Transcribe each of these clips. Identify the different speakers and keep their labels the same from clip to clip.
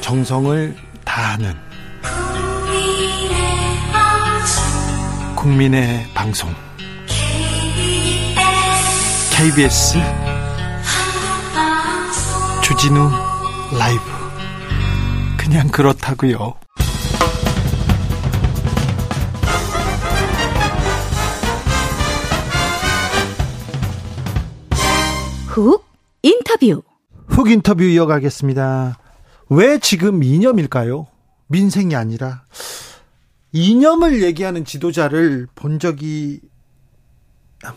Speaker 1: 정성을 다하는 국민의 방송 KBS 주진우 라이브 그냥 그렇다고요.
Speaker 2: 훅 인터뷰.
Speaker 1: 훅 인터뷰 이어가겠습니다. 왜 지금 이념일까요? 민생이 아니라 이념을 얘기하는 지도자를 본 적이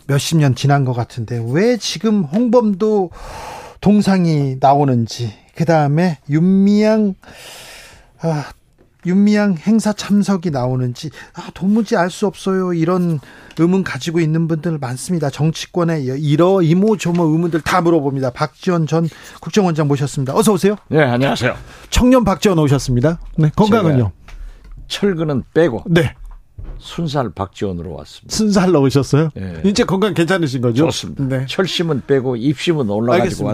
Speaker 1: 몇십 년 지난 것 같은데 왜 지금 홍범도 동상이 나오는지 그 다음에 윤미향 아, 윤미향 행사 참석이 나오는지 아, 도무지 알 수 없어요 이런 의문 가지고 있는 분들 많습니다 정치권의 이러 이모저모 의문들 다 물어봅니다 박지원 전 국정원장 모셨습니다 어서 오세요
Speaker 3: 네, 안녕하세요.
Speaker 1: 청년 박지원 오셨습니다 네 건강은요
Speaker 3: 철근은 빼고
Speaker 1: 네
Speaker 3: 순살 박지원으로 왔습니다.
Speaker 1: 순살 넣으셨어요
Speaker 3: 예.
Speaker 1: 이제 건강 괜찮으신 거죠
Speaker 3: 좋습니다.
Speaker 1: 네
Speaker 3: 철심은 빼고 입심은 올라가지고
Speaker 1: 알겠습니다.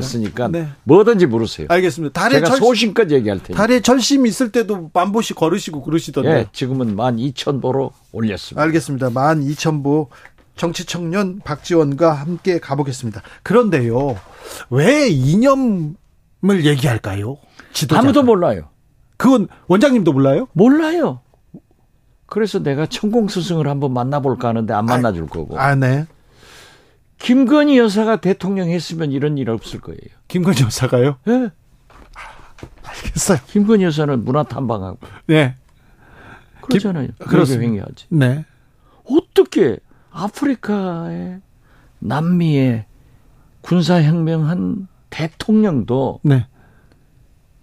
Speaker 3: 왔으니까
Speaker 1: 네.
Speaker 3: 뭐든지 물으세요.
Speaker 1: 알겠습니다 다리
Speaker 3: 제가
Speaker 1: 철
Speaker 3: 소신껏 얘기할 테니까.
Speaker 1: 다리에 철심 있을 때도 만보씩 걸으시고 그러시던데
Speaker 3: 예, 지금은 12,000보로 올렸습니다.
Speaker 1: 알겠습니다. 12,000보 정치 청년 박지원과 함께 가보겠습니다. 그런데요, 왜 이념을 얘기할까요? 지도자
Speaker 3: 아무도 몰라요.
Speaker 1: 그건 원장님도 몰라요?
Speaker 3: 몰라요. 그래서 내가 천공 스승을 한번 만나볼까 하는데 안 만나줄 거고.
Speaker 1: 아, 네.
Speaker 3: 김건희 여사가 대통령 했으면 이런 일 없을 거예요.
Speaker 1: 김건희 여사가요?
Speaker 3: 예.
Speaker 1: 알겠어요.
Speaker 3: 김건희 여사는 문화 탐방하고
Speaker 1: 네.
Speaker 3: 그러잖아요.
Speaker 1: 그렇습니다.
Speaker 3: 외교 행위하지.
Speaker 1: 네.
Speaker 3: 어떻게 아프리카에 남미에 군사혁명한 대통령도
Speaker 1: 네.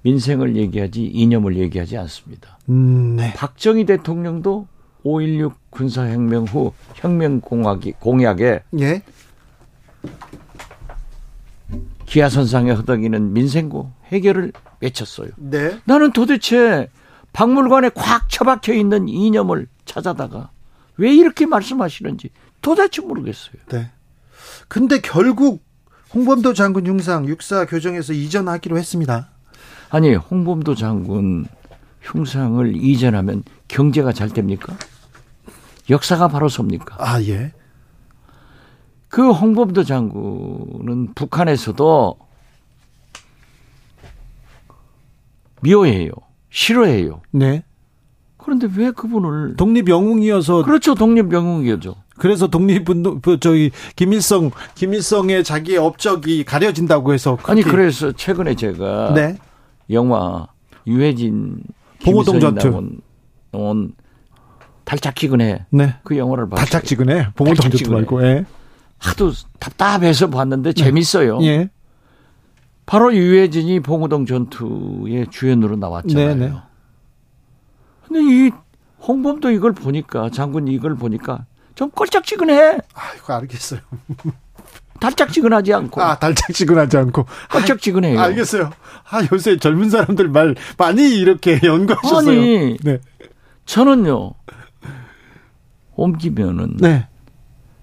Speaker 3: 민생을 얘기하지 이념을 얘기하지 않습니다.
Speaker 1: 음, 네.
Speaker 3: 박정희 대통령도 5.16 군사혁명 후 혁명공약이, 공약에
Speaker 1: 예.
Speaker 3: 기아선상에 허덕이는 민생고 해결을 외쳤어요.
Speaker 1: 네.
Speaker 3: 나는 도대체 박물관에 꽉 처박혀 있는 이념을 찾아다가 왜 이렇게 말씀하시는지 도대체 모르겠어요.
Speaker 1: 네. 근데 결국 홍범도 장군 흉상 육사 교정에서 이전하기로 했습니다.
Speaker 3: 아니 홍범도 장군 흉상을 이전하면 경제가 잘 됩니까? 역사가 바로 섭니까?
Speaker 1: 아, 예.
Speaker 3: 그 홍범도 장군은 북한에서도 미워해요, 싫어해요.
Speaker 1: 네.
Speaker 3: 그런데 왜 그분을
Speaker 1: 독립 영웅이어서
Speaker 3: 그렇죠 독립 영웅이죠.
Speaker 1: 그래서 독립운동 그 저기 김일성 김일성의 자기 업적이 가려진다고 해서
Speaker 3: 아니
Speaker 1: 그렇게-
Speaker 3: 그래서 최근에 제가
Speaker 1: 네.
Speaker 3: 영화 유해진
Speaker 1: 봉오동
Speaker 3: 김일성이
Speaker 1: 전투.
Speaker 3: 나온- 나온 달짝지근해
Speaker 1: 네.
Speaker 3: 그 영화를 봤어요.
Speaker 1: 달짝지근해. 봉오동
Speaker 3: 달짝지근해.
Speaker 1: 전투 말고. 예.
Speaker 3: 하도 답답해서 봤는데 재밌어요.
Speaker 1: 예.
Speaker 3: 바로 유해진이 봉우동 전투의 주연으로 나왔잖아요.
Speaker 1: 네, 네.
Speaker 3: 근데 이 홍범도 이걸 보니까 장군이 이걸 보니까 좀 꼴짝지근해.
Speaker 1: 아, 이거 알겠어요.
Speaker 3: 달짝지근하지 않고
Speaker 1: 아, 달짝지근하지 않고.
Speaker 3: 꼴짝지근해요.
Speaker 1: 아, 알겠어요. 아, 요새 젊은 사람들 말 많이 이렇게 연구하셨어요.
Speaker 3: 아니.
Speaker 1: 네.
Speaker 3: 저는요. 옮기면은
Speaker 1: 네.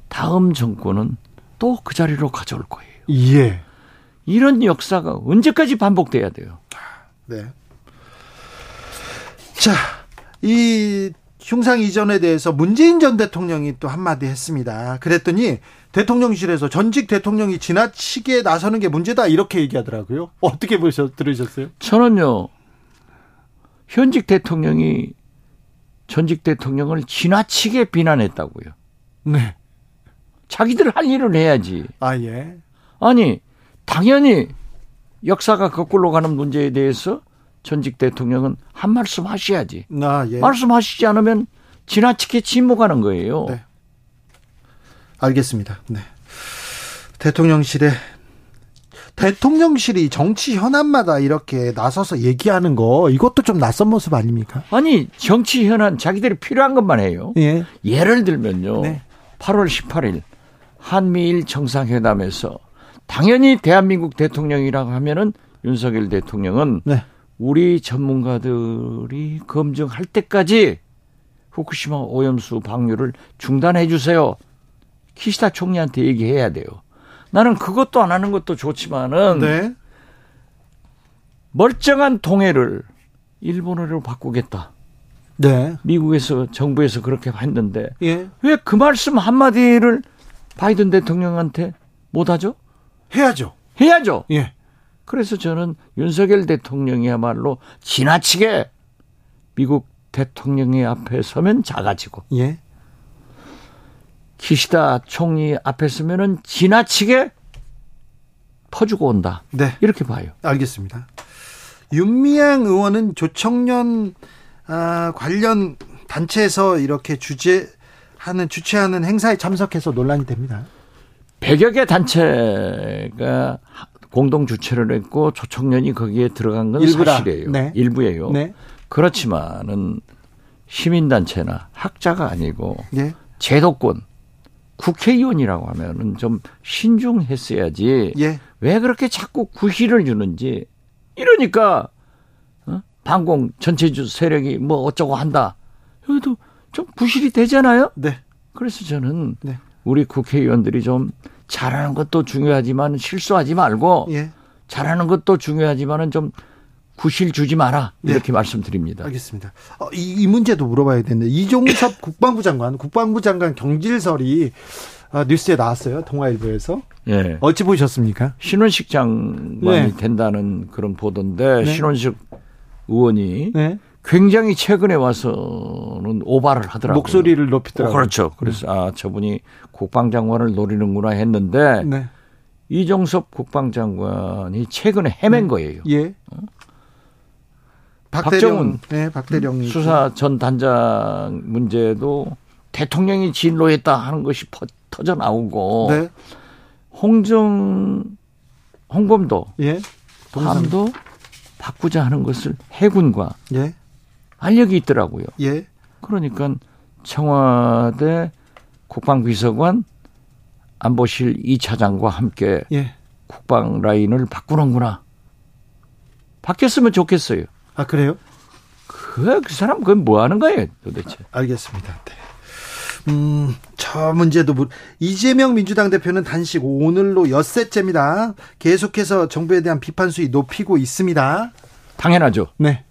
Speaker 3: 다음 정권은 또 그 자리로 가져올 거예요.
Speaker 1: 예.
Speaker 3: 이런 역사가 언제까지 반복돼야 돼요?
Speaker 1: 네. 자, 이 흉상 이전에 대해서 문재인 전 대통령이 또 한마디 했습니다. 그랬더니 대통령실에서 전직 대통령이 지나치게 나서는 게 문제다 이렇게 얘기하더라고요. 어떻게 보셨 들으셨어요?
Speaker 3: 저는요, 현직 대통령이 전직 대통령을 지나치게 비난했다고요.
Speaker 1: 네.
Speaker 3: 자기들 할 일을 해야지.
Speaker 1: 아 예.
Speaker 3: 아니, 당연히 역사가 거꾸로 가는 문제에 대해서 전직 대통령은 한 말씀 하셔야지.
Speaker 1: 아 예.
Speaker 3: 말씀하시지 않으면 지나치게 침묵하는 거예요.
Speaker 1: 네. 알겠습니다. 네. 대통령실에 대통령실이 정치 현안마다 이렇게 나서서 얘기하는 거 이것도 좀 낯선 모습 아닙니까?
Speaker 3: 아니, 정치 현안 자기들이 필요한 것만 해요.
Speaker 1: 예.
Speaker 3: 예를 들면요.
Speaker 1: 네.
Speaker 3: 8월 18일 한미일 정상회담에서 당연히 대한민국 대통령이라고 하면은 윤석열 대통령은
Speaker 1: 네.
Speaker 3: 우리 전문가들이 검증할 때까지 후쿠시마 오염수 방류를 중단해 주세요. 키시다 총리한테 얘기해야 돼요. 나는 그것도 안 하는 것도 좋지만은
Speaker 1: 네.
Speaker 3: 멀쩡한 동해를 일본어로 바꾸겠다.
Speaker 1: 네.
Speaker 3: 미국에서 정부에서 그렇게 했는데
Speaker 1: 예.
Speaker 3: 왜 그 말씀 한마디를 바이든 대통령한테 못하죠?
Speaker 1: 해야죠.
Speaker 3: 해야죠.
Speaker 1: 예.
Speaker 3: 그래서 저는 윤석열 대통령이야말로 지나치게 미국 대통령의 앞에 서면 작아지고
Speaker 1: 예.
Speaker 3: 기시다 총리 앞에 서면은 지나치게 퍼주고 온다.
Speaker 1: 네.
Speaker 3: 이렇게 봐요.
Speaker 1: 알겠습니다. 윤미향 의원은 조청년 아, 관련 단체에서 이렇게 주재하는 주최하는 행사에 참석해서 논란이 됩니다.
Speaker 3: 100여 개 단체가 공동 주최를 했고 조청년이 거기에 들어간 건
Speaker 1: 일부다.
Speaker 3: 사실이에요.
Speaker 1: 네.
Speaker 3: 일부예요.
Speaker 1: 네.
Speaker 3: 그렇지만은 시민단체나 학자가 아니고
Speaker 1: 예.
Speaker 3: 제도권 국회의원이라고 하면은 좀 신중했어야지
Speaker 1: 예.
Speaker 3: 왜 그렇게 자꾸 구실을 주는지 이러니까 어? 방공 전체주 세력이 뭐 어쩌고 한다 여기도 좀 구실이 되잖아요.
Speaker 1: 네.
Speaker 3: 그래서 저는
Speaker 1: 네.
Speaker 3: 우리 국회의원들이 좀 잘하는 것도 중요하지만 실수하지 말고
Speaker 1: 예.
Speaker 3: 잘하는 것도 중요하지만은 좀 구실 주지 마라
Speaker 1: 네.
Speaker 3: 이렇게 말씀드립니다.
Speaker 1: 알겠습니다. 어, 이, 이 문제도 물어봐야 되는데 이종섭 국방부 장관, 국방부 장관 경질설이 아, 뉴스에 나왔어요. 동아일보에서
Speaker 3: 예.
Speaker 1: 어찌 보셨습니까?
Speaker 3: 신원식 장관이
Speaker 1: 네.
Speaker 3: 된다는 그런
Speaker 1: 네.
Speaker 3: 보도인데 신원식 의원이
Speaker 1: 네.
Speaker 3: 굉장히 최근에 와서는 오바를 하더라고요.
Speaker 1: 목소리를
Speaker 3: 어,
Speaker 1: 높이더라고요. 네.
Speaker 3: 그렇죠. 그래서 아 저분이 국방장관을 노리는구나 했는데
Speaker 1: 네.
Speaker 3: 이종섭 국방장관이 최근에 헤맨 거예요.
Speaker 1: 예. 박대령.
Speaker 3: 박정훈.
Speaker 1: 네, 박대령
Speaker 3: 수사 전 단장 문제도 대통령이 진로했다 하는 것이 퍼- 터져 나오고
Speaker 1: 네.
Speaker 3: 홍정 홍범도
Speaker 1: 예. 동상.
Speaker 3: 함도 바꾸자 하는 것을 해군과
Speaker 1: 예.
Speaker 3: 알력이 있더라고요.
Speaker 1: 예.
Speaker 3: 그러니까 청와대 국방비서관 안보실 2차장과 함께
Speaker 1: 예.
Speaker 3: 국방 라인을 바꾸는구나. 바뀌었으면 좋겠어요.
Speaker 1: 아, 그래요?
Speaker 3: 그, 그 사람 그건 뭐 하는 거예요, 도대체.
Speaker 1: 알겠습니다. 네. 음, 저 문제도 물... 이재명 민주당 대표는 단식 오늘로 엿새째입니다. 계속해서 정부에 대한 비판 수위 높이고 있습니다.
Speaker 3: 당연하죠.
Speaker 1: 네.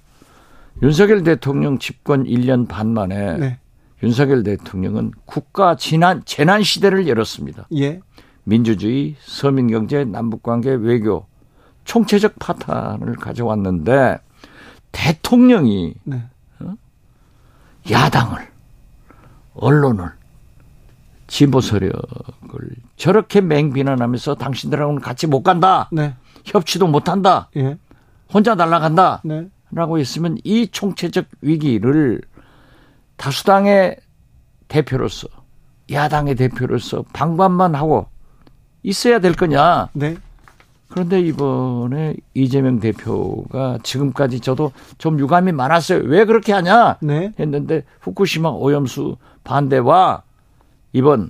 Speaker 3: 윤석열 대통령 집권 1년 반 만에
Speaker 1: 네.
Speaker 3: 윤석열 대통령은 국가 재난, 재난 시대를 열었습니다.
Speaker 1: 예.
Speaker 3: 민주주의, 서민경제, 남북관계, 외교, 총체적 파탄을 가져왔는데 대통령이
Speaker 1: 네.
Speaker 3: 야당을 언론을 진보 세력을 저렇게 맹비난하면서 당신들하고는 같이 못 간다
Speaker 1: 네.
Speaker 3: 협치도 못 한다
Speaker 1: 예.
Speaker 3: 혼자 날아간다
Speaker 1: 네.
Speaker 3: 라고 했으면 이 총체적 위기를 다수당의 대표로서 야당의 대표로서 방관만 하고 있어야 될 거냐
Speaker 1: 네.
Speaker 3: 그런데 이번에 이재명 대표가 지금까지 저도 좀 유감이 많았어요 왜 그렇게 하냐
Speaker 1: 네.
Speaker 3: 했는데 후쿠시마 오염수 반대와 이번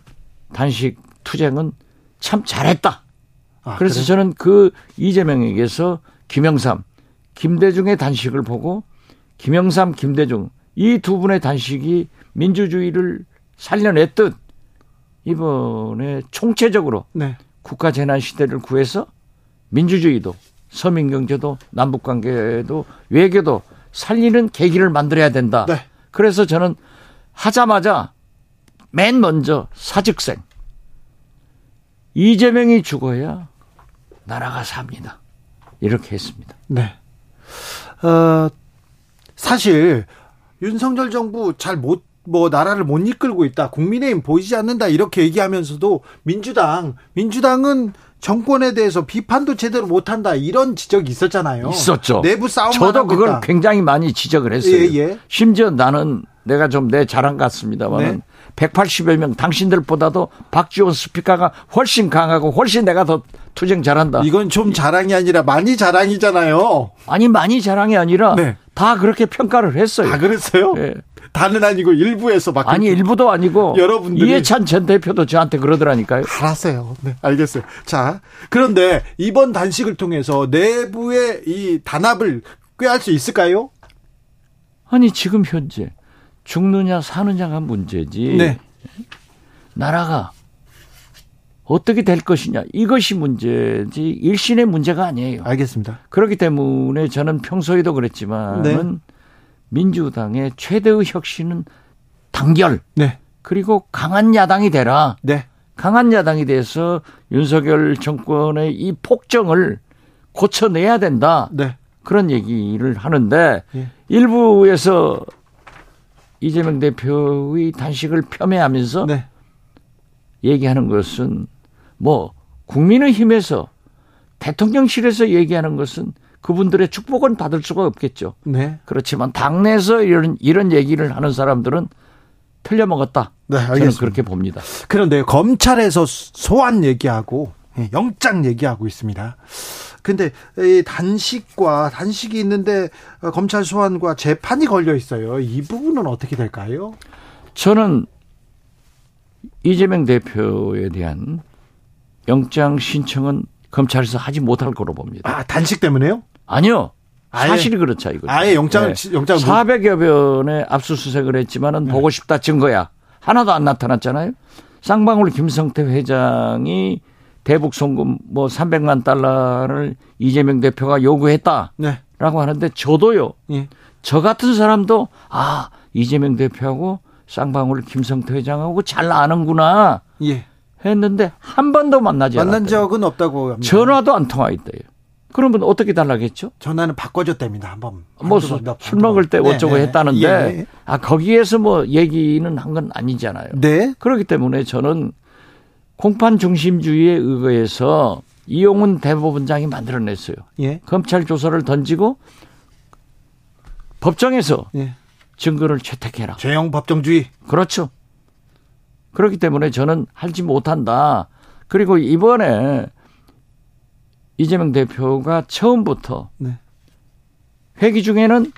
Speaker 3: 단식 투쟁은 참 잘했다.
Speaker 1: 아,
Speaker 3: 그래서
Speaker 1: 그래요?
Speaker 3: 저는 그 이재명에게서 김영삼, 김대중의 단식을 보고 김영삼, 김대중 이 두 분의 단식이 민주주의를 살려냈듯 이번에 총체적으로
Speaker 1: 네.
Speaker 3: 국가 재난 시대를 구해서 민주주의도 서민 경제도 남북 관계도 외교도 살리는 계기를 만들어야 된다.
Speaker 1: 네.
Speaker 3: 그래서 저는 하자마자 맨 먼저 사직생 이재명이 죽어야 나라가 삽니다. 이렇게 했습니다.
Speaker 1: 네. 어, 사실 윤석열 정부 잘 못 뭐 나라를 못 이끌고 있다. 국민의힘 보이지 않는다. 이렇게 얘기하면서도 민주당 민주당은 정권에 대해서 비판도 제대로 못 한다. 이런 지적이 있었잖아요.
Speaker 3: 있었죠.
Speaker 1: 내부 싸움
Speaker 3: 저도 그걸 굉장히 많이 지적을 했어요.
Speaker 1: 예, 예.
Speaker 3: 심지어 나는 내가 좀 내 자랑 같습니다만
Speaker 1: 네.
Speaker 3: 은 180여 명 당신들보다도 박지원 스피커가 훨씬 강하고 훨씬 내가 더 투쟁 잘한다.
Speaker 1: 이건 좀 자랑이 아니라 많이 자랑이잖아요.
Speaker 3: 아니 많이 자랑이 아니라
Speaker 1: 네.
Speaker 3: 다 그렇게 평가를 했어요.
Speaker 1: 다 그랬어요?
Speaker 3: 예.
Speaker 1: 다는 아니고 일부에서 막
Speaker 3: 아니 일부도 아니고
Speaker 1: 여러분들이-
Speaker 3: 이해찬 전 대표도 저한테 그러더라니까요.
Speaker 1: 알았어요. 네, 알겠어요. 자, 그런데 이번 단식을 통해서 내부의 이 단합을 꾀할 수 있을까요?
Speaker 3: 아니 지금 현재 죽느냐 사느냐가
Speaker 1: 예.
Speaker 3: 문제지.
Speaker 1: 네.
Speaker 3: 나라가 어떻게 될 것이냐 이것이 문제지 일신의 문제가 아니에요.
Speaker 1: 알겠습니다.
Speaker 3: 그렇기 때문에 저는 평소에도 그랬지만은
Speaker 1: 네.
Speaker 3: 민주당의 최대의 혁신은 단결
Speaker 1: 네.
Speaker 3: 그리고 강한 야당이 되라.
Speaker 1: 네.
Speaker 3: 강한 야당이 돼서 윤석열 정권의 이 폭정을 고쳐내야 된다.
Speaker 1: 네.
Speaker 3: 그런 얘기를 하는데
Speaker 1: 예.
Speaker 3: 일부에서 이재명 대표의 단식을 폄훼하면서
Speaker 1: 네.
Speaker 3: 얘기하는 것은 뭐 국민의힘에서 대통령실에서 얘기하는 것은 그분들의 축복은 받을 수가 없겠죠.
Speaker 1: 네.
Speaker 3: 그렇지만 당내에서 이런 이런 얘기를 하는 사람들은 틀려먹었다.
Speaker 1: 네,
Speaker 3: 저는
Speaker 1: 알겠습니다.
Speaker 3: 그렇게 봅니다.
Speaker 1: 그런데 검찰에서 소환 얘기하고 예, 영장 얘기하고 있습니다. 근데 이 단식과 단식이 있는데 어, 검찰 소환과 재판이 걸려 있어요. 이 부분은 어떻게 될까요?
Speaker 3: 저는 이재명 대표에 대한 영장 신청은 검찰에서 하지 못할 거로 봅니다.
Speaker 1: 아 단식 때문에요?
Speaker 3: 아니요.
Speaker 1: 아예-
Speaker 3: 사실이 그렇죠, 이거.
Speaker 1: 아예 영장을 치- 영장을 못- 네.
Speaker 3: 400여 변의 압수수색을 했지만은 보고 싶다 증거야. 하나도 안 나타났잖아요. 쌍방울 김성태 회장이 대북 송금 뭐 300만 달러를 이재명 대표가 요구했다라고
Speaker 1: 네.
Speaker 3: 하는데 저도요.
Speaker 1: 예.
Speaker 3: 저 같은 사람도 아, 이재명 대표하고 쌍방울 김성태 회장하고 잘 아는구나
Speaker 1: 예.
Speaker 3: 했는데 한 번도 만나지 않았대요.
Speaker 1: 만난 적은 없다고 합니다.
Speaker 3: 전화도 안 통화 있대요. 그러면 어떻게 달라겠죠?
Speaker 1: 전화는 바꿔줬답니다. 한번.
Speaker 3: 뭐
Speaker 1: 한두 번, 몇
Speaker 3: 술
Speaker 1: 번
Speaker 3: 먹을 때
Speaker 1: 네,
Speaker 3: 어쩌고
Speaker 1: 네,
Speaker 3: 했다는데
Speaker 1: 예.
Speaker 3: 아 거기에서 뭐 얘기는 한 건 아니잖아요.
Speaker 1: 네.
Speaker 3: 그렇기 때문에 저는 공판 중심주의에 의거해서 이용훈 대법원장이 만들어냈어요.
Speaker 1: 예.
Speaker 3: 검찰 조사를 던지고 법정에서
Speaker 1: 예.
Speaker 3: 증거를 채택해라.
Speaker 1: 죄형 법정주의.
Speaker 3: 그렇죠. 그렇기 때문에 저는 하지 못한다. 그리고 이번에 이재명 대표가 처음부터
Speaker 1: 네.
Speaker 3: 회기 중에는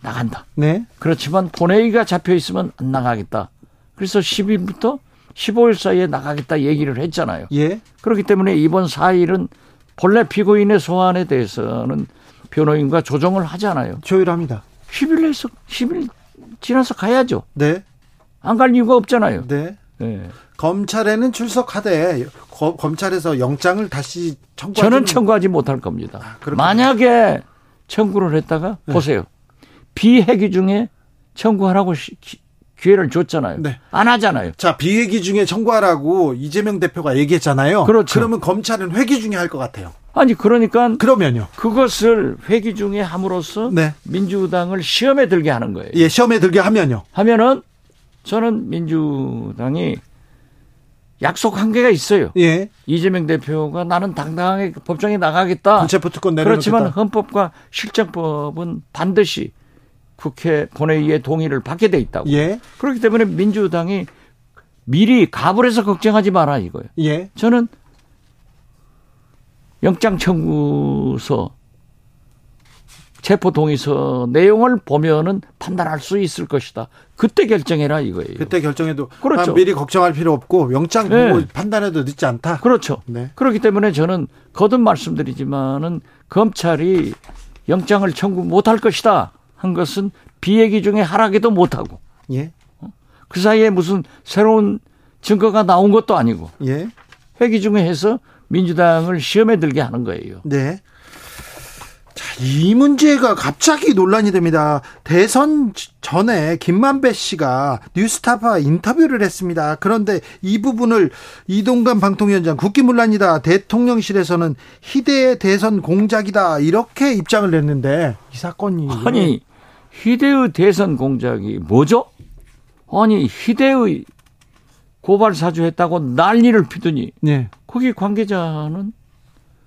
Speaker 3: 나간다.
Speaker 1: 네.
Speaker 3: 그렇지만 본회의가 잡혀 있으면 안 나가겠다. 그래서 10일부터 15일 사이에 나가겠다 얘기를 했잖아요.
Speaker 1: 예.
Speaker 3: 그렇기 때문에 이번 4일은 본래 피고인의 소환에 대해서는 변호인과 조정을 하잖아요.
Speaker 1: 조율합니다.
Speaker 3: 10일에서 10일 지나서 가야죠.
Speaker 1: 네.
Speaker 3: 안 갈 이유가 없잖아요.
Speaker 1: 네.
Speaker 3: 예.
Speaker 1: 검찰에는 출석하되 거- 검찰에서 영장을 다시 청구.
Speaker 3: 저는 청구하지 못할 겁니다.
Speaker 1: 아, 그렇군요. 네.
Speaker 3: 만약에 청구를 했다가 보세요. 비회기 중에 청구하라고 시- 기- 기회를 줬잖아요.
Speaker 1: 네.
Speaker 3: 안 하잖아요.
Speaker 1: 자 비회기 중에 청구하라고 이재명 대표가 얘기했잖아요.
Speaker 3: 그렇죠.
Speaker 1: 러면 검찰은 회기 중에 할 것 같아요.
Speaker 3: 아니 그러니까
Speaker 1: 그러면요.
Speaker 3: 그것을 회기 중에 함으로써
Speaker 1: 네. 민주당을
Speaker 3: 민주당을 시험에 들게 하는 거예요.
Speaker 1: 예 시험에 들게 하면요.
Speaker 3: 하면은 저는 민주당이 약속한 게가 있어요.
Speaker 1: 예
Speaker 3: 이재명 대표가 나는 당당하게 법정에 나가겠다.
Speaker 1: 군체포특권 내려놓겠다.
Speaker 3: 아, 그렇지만 헌법과 실정법은 반드시 국회 본회의의 동의를 받게 돼 있다고.
Speaker 1: 예
Speaker 3: 그렇기 때문에 민주당이 미리 갑을 해서 걱정하지 마라 이거예요.
Speaker 1: 예.
Speaker 3: 저는 영장 청구서 체포 동의서 내용을 보면은 판단할 수 있을 것이다. 그때 결정해라 이거예요.
Speaker 1: 그때 결정해도
Speaker 3: 그렇죠.
Speaker 1: 아, 미리 걱정할 필요 없고 영장 보고
Speaker 3: 네.
Speaker 1: 판단해도 늦지 않다.
Speaker 3: 그렇죠.
Speaker 1: 네.
Speaker 3: 그렇기 때문에 저는 거듭 말씀드리지만은 검찰이 영장을 청구 못할 것이다 한 것은 비얘기 중에 하락에도 못하고
Speaker 1: 예
Speaker 3: 그 사이에 무슨 새로운 증거가 나온 것도 아니고
Speaker 1: 예.
Speaker 3: 회기 중에 해서 민주당을 시험에 들게 하는 거예요.
Speaker 1: 네. 자, 이 문제가 갑자기 논란이 됩니다. 대선 지- 전에 김만배 씨가 뉴스타파 인터뷰를 했습니다. 그런데 이 부분을 이동관 방통위원장 국기문란이다. 대통령실에서는 희대의 대선 공작이다. 이렇게 입장을 냈는데 이 사건이
Speaker 3: 아니 희대의 대선 공작이 뭐죠? 아니 희대의 고발 사주했다고 난리를 피더니
Speaker 1: 네.
Speaker 3: 거기 관계자는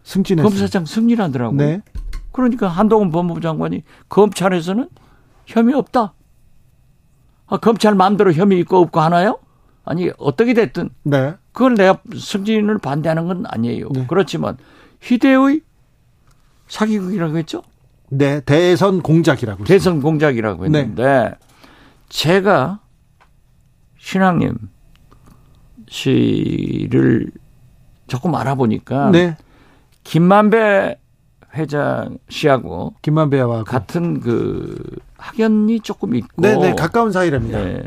Speaker 1: 승진했습니다.
Speaker 3: 검사장 승리하더라고요.
Speaker 1: 네.
Speaker 3: 그러니까 한동훈 법무부 장관이 검찰에서는 혐의 없다. 아, 검찰 마음대로 혐의 있고 없고 하나요? 아니 어떻게 됐든
Speaker 1: 네.
Speaker 3: 그걸 내가 승진을 반대하는 건 아니에요.
Speaker 1: 네.
Speaker 3: 그렇지만 희대의 사기극이라고 했죠?
Speaker 1: 네, 대선 공작이라고.
Speaker 3: 대선 공작이라고
Speaker 1: 네.
Speaker 3: 했는데 제가 신앙님 씨를 조금 알아보니까
Speaker 1: 네.
Speaker 3: 김만배 회장 씨하고
Speaker 1: 김만배와 그-
Speaker 3: 같은 그 학연이 조금 있고
Speaker 1: 네, 네, 가까운 사이랍니다.
Speaker 3: 예,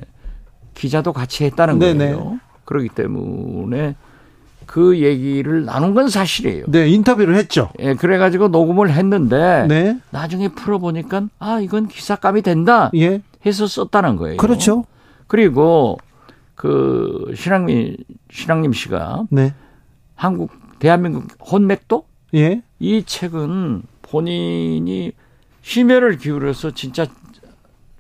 Speaker 3: 기자도 같이 했다는
Speaker 1: 네네.
Speaker 3: 거예요. 그렇기 때문에 그 얘기를 나눈 건 사실이에요.
Speaker 1: 네, 인터뷰를 했죠.
Speaker 3: 예, 그래가지고 녹음을 했는데
Speaker 1: 네.
Speaker 3: 나중에 풀어보니까 아 이건 기사감이 된다
Speaker 1: 예.
Speaker 3: 해서 썼다는 거예요.
Speaker 1: 그렇죠.
Speaker 3: 그리고 그 신학민 신학님 씨가
Speaker 1: 네.
Speaker 3: 한국 대한민국 혼맥도
Speaker 1: 예.
Speaker 3: 이 책은 본인이 심혈을 기울여서 진짜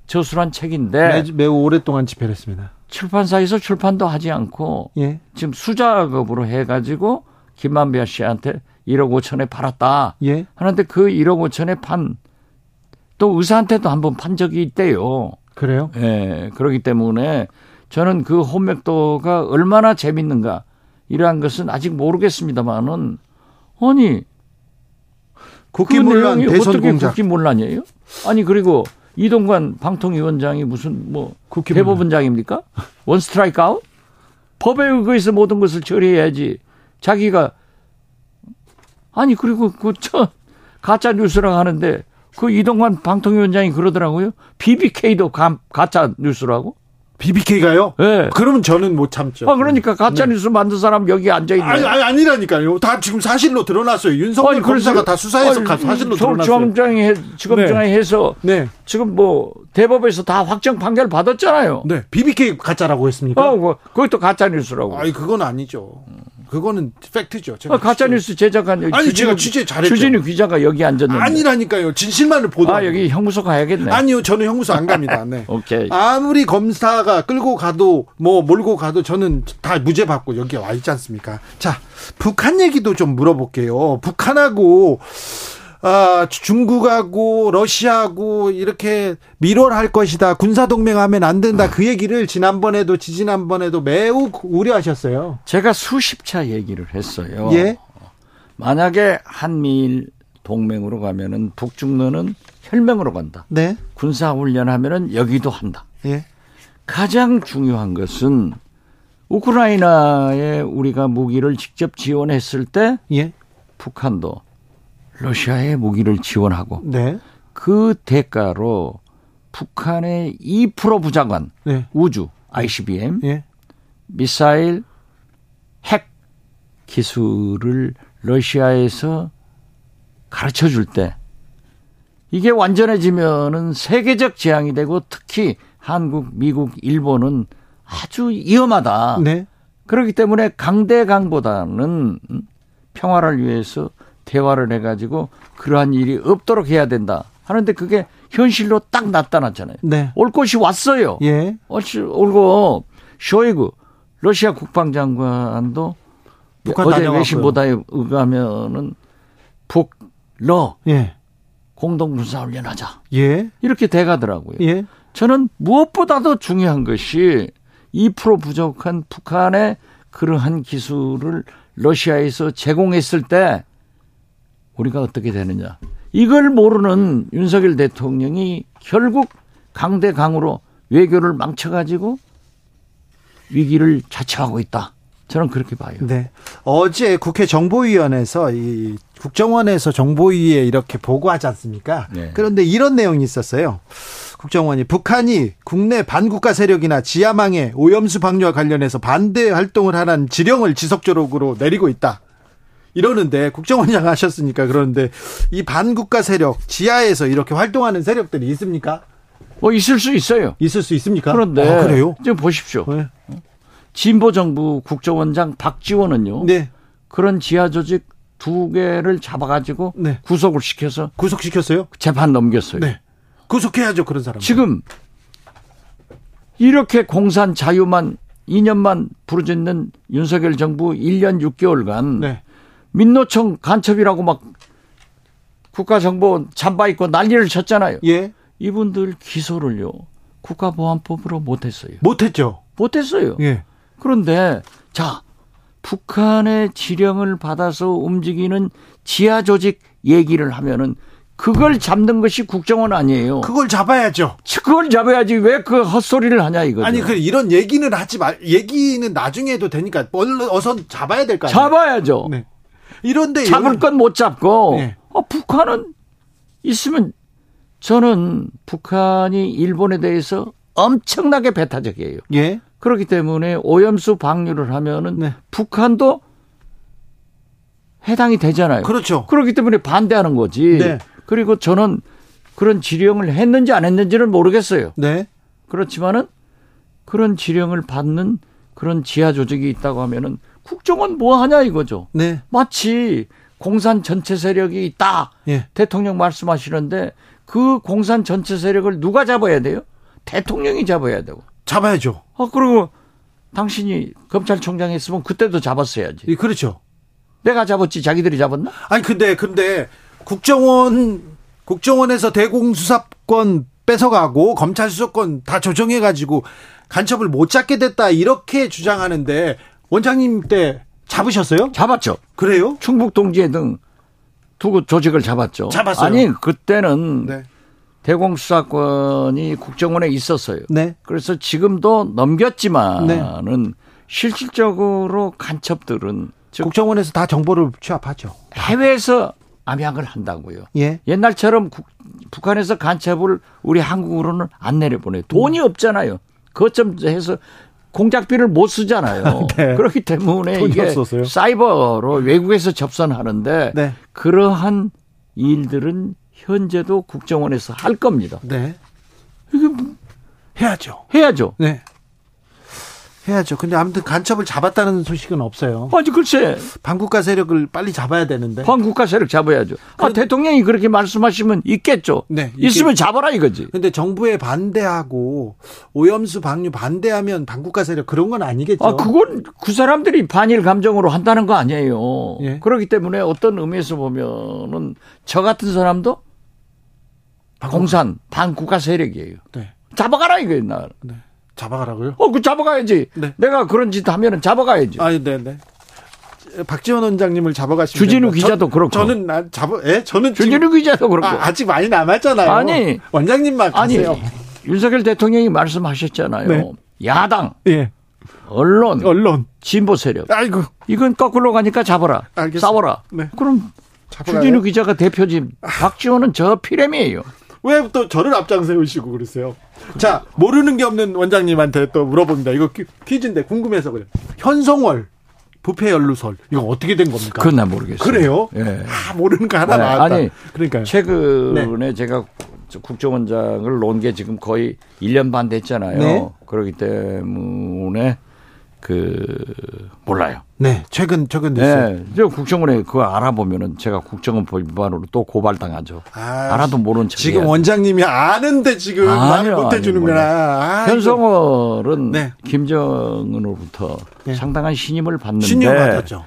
Speaker 3: 저술한 책인데
Speaker 1: 매주- 매우 오랫동안 집회를 했습니다.
Speaker 3: 출판사에서 출판도 하지 않고
Speaker 1: 예.
Speaker 3: 지금 수작업으로 해가지고 김만배 씨한테 1억 5천에 팔았다.
Speaker 1: 예.
Speaker 3: 하는데 그 1억 5천에 판 또 의사한테도 한번 판 적이 있대요.
Speaker 1: 그래요?
Speaker 3: 예, 그렇기 때문에 저는 그 혼맥도가 얼마나 재밌는가 이러한 것은 아직 모르겠습니다만은 아니
Speaker 1: 국기문란
Speaker 3: 그 내용이
Speaker 1: 대선
Speaker 3: 어떻게
Speaker 1: 공작.
Speaker 3: 국기문란이에요? 아니 그리고 이동관 방통위원장이 무슨 뭐
Speaker 1: 국기문란.
Speaker 3: 대법원장입니까? 원 스트라이크 아웃? 법에 의거해서 모든 것을 처리해야지. 자기가 아니 그리고 그저 가짜 뉴스라고 하는데 그 이동관 방통위원장이 그러더라고요. BBK도 감, 가짜 뉴스라고?
Speaker 1: BBK가요?
Speaker 3: 예.
Speaker 1: 그러면 저는 못 참죠.
Speaker 3: 아 그러니까 가짜 뉴스 만든 사람 여기 앉아 있네.
Speaker 1: 네. 아니, 아니 아니라니까요. 다 지금 사실로 드러났어요. 윤석열 검사가 다 수사해서 가- 사실로 드러났어요.
Speaker 3: 서울중앙장이 해- 지검장이 해서
Speaker 1: 네.
Speaker 3: 지금 뭐 대법에서 다 확정 판결 받았잖아요.
Speaker 1: 네. BBK 가짜라고 했습니까?
Speaker 3: 어, 뭐, 그것도 가짜 뉴스라고. 어,
Speaker 1: 아니 그건 아니죠. 그거는 팩트죠. 제가
Speaker 3: 아, 가짜 뉴스 제작한 여기
Speaker 1: 아니, 제가 취재 잘했죠.
Speaker 3: 주진우 기자가 여기 앉았는데.
Speaker 1: 아니라니까요. 진실만을 보다.
Speaker 3: 아 여기 형무소 가야겠네.
Speaker 1: 아니요. 저는 형무소 안 갑니다. 네.
Speaker 3: 오케이.
Speaker 1: 아무리 검사가 끌고 가도 뭐 몰고 가도 저는 다 무죄 받고 여기 와 있지 않습니까? 자, 북한 얘기도 좀 물어볼게요. 북한하고 아, 중국하고 러시아하고 이렇게 밀월할 것이다. 군사 동맹하면 안 된다. 그 얘기를 지난번에도 지지난번에도 매우 우려하셨어요.
Speaker 3: 제가 수십 차 얘기를 했어요.
Speaker 1: 예.
Speaker 3: 만약에 한미일 동맹으로 가면은 북중러는 혈맹으로 간다.
Speaker 1: 네.
Speaker 3: 군사 훈련하면은 여기도 한다.
Speaker 1: 예.
Speaker 3: 가장 중요한 것은 우크라이나에 우리가 무기를 직접 지원했을 때
Speaker 1: 예.
Speaker 3: 북한도 러시아에 무기를 지원하고
Speaker 1: 네.
Speaker 3: 그 대가로 북한의 2% 부장관
Speaker 1: 네.
Speaker 3: 우주 ICBM
Speaker 1: 예.
Speaker 3: 미사일 핵 기술을 러시아에서 가르쳐 줄 때 이게 완전해지면은 세계적 재앙이 되고 특히 한국, 미국, 일본은 아주 위험하다.
Speaker 1: 네.
Speaker 3: 그렇기 때문에 강대강보다는 평화를 위해서 대화를 해가지고 그러한 일이 없도록 해야 된다. 하는데 그게 현실로 딱 나타났잖아요.
Speaker 1: 네.
Speaker 3: 올 것이 왔어요.
Speaker 1: 예.
Speaker 3: 어찌 올고 쇼이구 러시아 국방장관도
Speaker 1: 북한
Speaker 3: 어제
Speaker 1: 다녀왔고요.
Speaker 3: 외신보다에 의하면은 북러
Speaker 1: 예.
Speaker 3: 공동군사훈련하자
Speaker 1: 예.
Speaker 3: 이렇게 돼가더라고요.
Speaker 1: 예.
Speaker 3: 저는 무엇보다도 중요한 것이 2% 부족한 북한의 그러한 기술을 러시아에서 제공했을 때 우리가 어떻게 되느냐. 이걸 모르는 윤석열 대통령이 결국 강대강으로 외교를 망쳐가지고 위기를 자처하고 있다. 저는 그렇게 봐요.
Speaker 1: 네. 어제 국회 정보위원회에서 이 국정원에서 정보위에 이렇게 보고하지 않습니까?
Speaker 3: 네.
Speaker 1: 그런데 이런 내용이 있었어요. 국정원이 북한이 국내 반국가 세력이나 지하망해 오염수 방류와 관련해서 반대 활동을 하라는 지령을 지속적으로 내리고 있다. 이러는데 국정원장 하셨으니까 그러는데 이 반국가 세력 지하에서 이렇게 활동하는 세력들이 있습니까?
Speaker 3: 뭐 있을 수 있어요.
Speaker 1: 있을 수 있습니까?
Speaker 3: 그런데
Speaker 1: 아, 그래요?
Speaker 3: 지금 보십시오.
Speaker 1: 네.
Speaker 3: 진보 정부 국정원장 박지원은요.
Speaker 1: 네.
Speaker 3: 그런 지하 조직 두 개를 잡아가지고
Speaker 1: 네.
Speaker 3: 구속을 시켜서
Speaker 1: 구속시켰어요?
Speaker 3: 재판 넘겼어요.
Speaker 1: 네. 구속해야죠 그런 사람.
Speaker 3: 지금 이렇게 공산 자유만 2년만 부르짖는 윤석열 정부 1년 6개월간
Speaker 1: 네.
Speaker 3: 민노총 간첩이라고 막 국가정보 잠바 입고 난리를 쳤잖아요.
Speaker 1: 예.
Speaker 3: 이분들 기소를요 국가보안법으로 못했어요.
Speaker 1: 못했죠.
Speaker 3: 못했어요.
Speaker 1: 예.
Speaker 3: 그런데 자 북한의 지령을 받아서 움직이는 지하 조직 얘기를 하면은 그걸 잡는 것이 국정원 아니에요.
Speaker 1: 그걸 잡아야죠.
Speaker 3: 그걸 잡아야지 왜 그 헛소리를 하냐 이거죠.
Speaker 1: 아니 그 이런 얘기는 하지 말 얘기는 나중에 해도 되니까 얼른 어서 잡아야 될 거 아니에요.
Speaker 3: 잡아야죠.
Speaker 1: 네. 이런데
Speaker 3: 잡을
Speaker 1: 이런-
Speaker 3: 건 못 잡고
Speaker 1: 네.
Speaker 3: 어, 북한은 있으면 저는 북한이 일본에 대해서 엄청나게 배타적이에요.
Speaker 1: 예.
Speaker 3: 그렇기 때문에 오염수 방류를 하면은
Speaker 1: 네.
Speaker 3: 북한도 해당이 되잖아요.
Speaker 1: 그렇죠.
Speaker 3: 그렇기 때문에 반대하는 거지.
Speaker 1: 네.
Speaker 3: 그리고 저는 그런 지령을 했는지 안 했는지는 모르겠어요.
Speaker 1: 네.
Speaker 3: 그렇지만은 그런 지령을 받는 그런 지하 조직이 있다고 하면은 국정원 뭐 하냐 이거죠.
Speaker 1: 네.
Speaker 3: 마치 공산 전체 세력이 있다.
Speaker 1: 예.
Speaker 3: 대통령 말씀하시는데 그 공산 전체 세력을 누가 잡아야 돼요? 대통령이 잡아야 되고.
Speaker 1: 잡아야죠.
Speaker 3: 아, 그리고 당신이 검찰총장 했으면 그때도 잡았어야지.
Speaker 1: 예, 그렇죠.
Speaker 3: 내가 잡았지 자기들이 잡았나?
Speaker 1: 아니 근데 근데 국정원 국정원에서 대공수사권 뺏어가고 검찰 수사권 다 조정해 가지고 간첩을 못 잡게 됐다 이렇게 주장하는데 원장님 때 잡으셨어요?
Speaker 3: 잡았죠.
Speaker 1: 그래요?
Speaker 3: 충북 동지회 등두 조직을 잡았죠.
Speaker 1: 잡았어요.
Speaker 3: 아니 그때는
Speaker 1: 네.
Speaker 3: 대공수사권이 국정원에 있었어요.
Speaker 1: 네.
Speaker 3: 그래서 지금도 넘겼지만은 실질적으로 간첩들은 즉
Speaker 1: 국정원에서 다 정보를 취합하죠.
Speaker 3: 해외에서 암약을 한다고요.
Speaker 1: 예.
Speaker 3: 옛날처럼 국- 북한에서 간첩을 우리 한국으로는 안 내려보내요. 돈이 없잖아요. 거점에서 공작비를 못 쓰잖아요.
Speaker 1: 네.
Speaker 3: 그렇기 때문에
Speaker 1: 돈이
Speaker 3: 이게
Speaker 1: 없어서요.
Speaker 3: 사이버로 외국에서 접선하는데
Speaker 1: 네.
Speaker 3: 그러한 일들은 현재도 국정원에서 할 겁니다.
Speaker 1: 네.
Speaker 3: 이게 뭐-
Speaker 1: 해야죠.
Speaker 3: 해야죠.
Speaker 1: 네. 해야죠. 근데 아무튼 간첩을 잡았다는 소식은 없어요.
Speaker 3: 아니 글쎄
Speaker 1: 반국가 세력을 빨리 잡아야 되는데.
Speaker 3: 반국가 세력 잡아야죠. 아 대통령이 그렇게 말씀하시면 있겠죠.
Speaker 1: 네, 있겠-
Speaker 3: 있으면 잡아라 이거지.
Speaker 1: 근데 정부에 반대하고 오염수 방류 반대하면 반국가 세력 그런 건 아니겠죠.
Speaker 3: 아, 그건 그 사람들이 반일 감정으로 한다는 거 아니에요.
Speaker 1: 예.
Speaker 3: 그렇기 때문에 어떤 의미에서 보면은 저 같은 사람도 공산 반국가 세력이에요.
Speaker 1: 네.
Speaker 3: 잡아가라 이거예요. 나.
Speaker 1: 네. 잡아가라고요?
Speaker 3: 어, 그 잡아가야지.
Speaker 1: 네.
Speaker 3: 내가 그런 짓 하면은 잡아가야지.
Speaker 1: 아, 네, 네. 박지원 원장님을 잡아가시면
Speaker 3: 주진우
Speaker 1: 됩니다.
Speaker 3: 기자도 그렇고.
Speaker 1: 저는 나 잡아 예? 저는 지금-
Speaker 3: 주진우 기자도 그렇고.
Speaker 1: 아, 아직 많이 남았잖아요.
Speaker 3: 아니.
Speaker 1: 원장님만
Speaker 3: 아니
Speaker 1: 가세요.
Speaker 3: 윤석열 대통령이 말씀하셨잖아요.
Speaker 1: 네.
Speaker 3: 야당,
Speaker 1: 예.
Speaker 3: 언론,
Speaker 1: 언론.
Speaker 3: 진보 세력.
Speaker 1: 아이고.
Speaker 3: 이건 거꾸로 가니까 잡아라.
Speaker 1: 알겠습니다.
Speaker 3: 싸워라.
Speaker 1: 네.
Speaker 3: 그럼
Speaker 1: 잡아가요?
Speaker 3: 주진우 기자가 대표지 박지원은 저 피렘이에요.
Speaker 1: 왜 또 저를 앞장 세우시고 그러세요? 자, 모르는 게 없는 원장님한테 또 물어봅니다. 이거 퀴- 퀴즈인데 궁금해서 그래요. 현성월 부패 연루설. 이거 어떻게 된 겁니까?
Speaker 3: 그건 난 모르겠어요.
Speaker 1: 그래요?
Speaker 3: 예.
Speaker 1: 아, 모르는 거 하나
Speaker 3: 네,
Speaker 1: 나왔다.
Speaker 3: 아니,
Speaker 1: 그러니까요. 네.
Speaker 3: 최근에 제가 저 국정원장을 놓은 게 지금 거의 1년 반 됐잖아요.
Speaker 1: 네.
Speaker 3: 그렇기 때문에 그 몰라요.
Speaker 1: 네, 최근 최근 뉴스.
Speaker 3: 네, 저 국정원에 그거 알아보면은 제가 국정원 위반으로 또 고발당하죠.
Speaker 1: 아,
Speaker 3: 알아도 모른 척.
Speaker 1: 지금
Speaker 3: 해야죠.
Speaker 1: 원장님이 아는데 지금 그 말을
Speaker 3: 예. 아니요,
Speaker 1: 못 해주는구나. 아, 이거
Speaker 3: 뭐. 현성월은
Speaker 1: 네.
Speaker 3: 김정은으로부터
Speaker 1: 네.
Speaker 3: 상당한 신임을 받는데
Speaker 1: 신용 받았죠.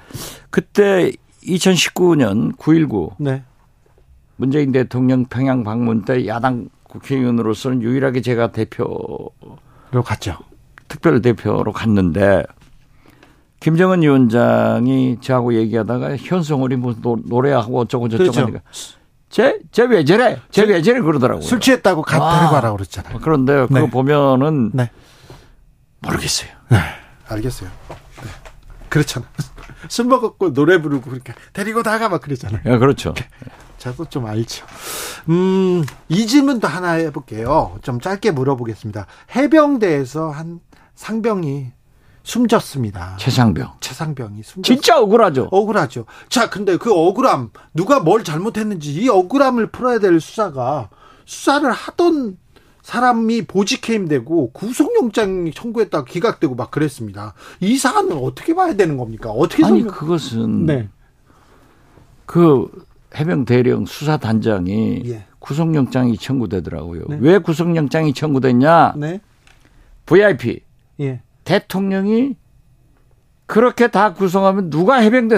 Speaker 3: 그때 2019년 9.19
Speaker 1: 네,
Speaker 3: 문재인 대통령 평양 방문 때 야당 국회의원으로서는 유일하게 제가 대표
Speaker 1: 그리고 갔죠.
Speaker 3: 특별 대표로 갔는데 김정은 위원장이 저하고 얘기하다가 현성월이 뭐 노- 노래하고 어쩌고 저쩌고
Speaker 1: 그렇죠.
Speaker 3: 하니까 쟤쟤왜 저래? 쟤 왜 저래 그러더라고요.
Speaker 1: 술 취했다고 갔
Speaker 3: 아.
Speaker 1: 데리고 가라 그랬잖아요.
Speaker 3: 그런데 그거
Speaker 1: 네.
Speaker 3: 보면은
Speaker 1: 네,
Speaker 3: 모르겠어요.
Speaker 1: 알겠어요. 네. 그렇잖아. 술 먹었고 노래 부르고 그러니까 데리고 나가 막 그랬잖아요.
Speaker 3: 예, 그렇죠.
Speaker 1: 네. 저도 좀 알죠. 음, 이 질문도 하나 해볼게요. 좀 짧게 물어보겠습니다. 해병대에서 한 상병이 숨졌습니다.
Speaker 3: 최상병.
Speaker 1: 최상병이 숨졌습니다.
Speaker 3: 진짜 억울하죠.
Speaker 1: 억울하죠. 자, 근데 그 억울함, 누가 뭘 잘못했는지 이 억울함을 풀어야 될 수사가 수사를 하던 사람이 보직해임되고 구속영장 청구했다가 기각되고 막 그랬습니다. 이 사안을 어떻게 봐야 되는 겁니까? 어떻게
Speaker 3: 아니
Speaker 1: 설명-
Speaker 3: 그것은
Speaker 1: 네.
Speaker 3: 그 해병 대령 수사 단장이
Speaker 1: 예.
Speaker 3: 구속영장이 청구되더라고요.
Speaker 1: 네.
Speaker 3: 왜 구속영장이 청구됐냐?
Speaker 1: 네.
Speaker 3: VIP
Speaker 1: 예.
Speaker 3: 대통령이 그렇게 다 구성하면 누가 해병대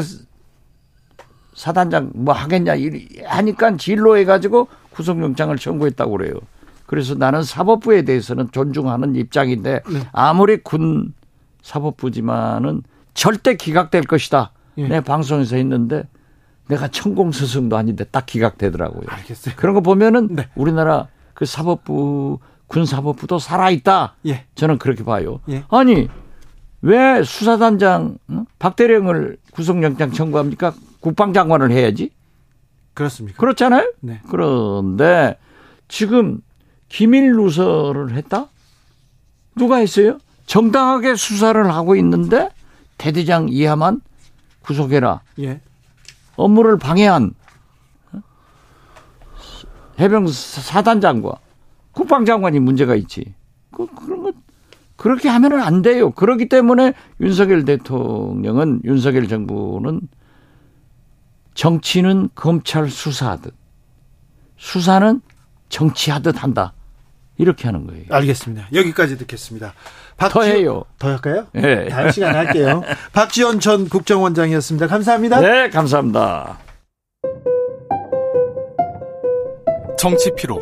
Speaker 3: 사단장 뭐 하겠냐 이- 하니까 진로해 가지고 구속영장을 청구했다고 그래요. 그래서 나는 사법부에 대해서는 존중하는 입장인데
Speaker 1: 네.
Speaker 3: 아무리 군 사법부지만은 절대 기각될 것이다.
Speaker 1: 예.
Speaker 3: 내 방송에서 했는데 내가 천공 스승도 아닌데 딱 기각되더라고요.
Speaker 1: 알겠어요.
Speaker 3: 그런 거 보면은
Speaker 1: 네.
Speaker 3: 우리나라 그 사법부 군 사법부도 살아 있다.
Speaker 1: 예.
Speaker 3: 저는 그렇게 봐요.
Speaker 1: 예.
Speaker 3: 아니 왜 수사단장 응? 박대령을 구속영장 청구합니까? 국방장관을 해야지.
Speaker 1: 그렇습니까?
Speaker 3: 그렇잖아요.
Speaker 1: 네.
Speaker 3: 그런데 지금 기밀 누설을 했다? 누가 했어요? 정당하게 수사를 하고 있는데 대대장 이하만 구속해라.
Speaker 1: 예.
Speaker 3: 업무를 방해한 어? 해병 사단장과 국방장관이 문제가 있지. 그, 그런 것 그렇게 하면은 안 돼요. 그렇기 때문에 윤석열 대통령은 윤석열 정부는 정치는 검찰 수사하듯 수사는 정치하듯 한다. 이렇게 하는 거예요.
Speaker 1: 알겠습니다. 여기까지 듣겠습니다.
Speaker 3: 더 해요.
Speaker 1: 더 할까요? 네.
Speaker 3: 예.
Speaker 1: 다음 시간에 할게요. 박지원 전 국정원장이었습니다. 감사합니다.
Speaker 3: 네, 감사합니다.
Speaker 4: 정치 피로,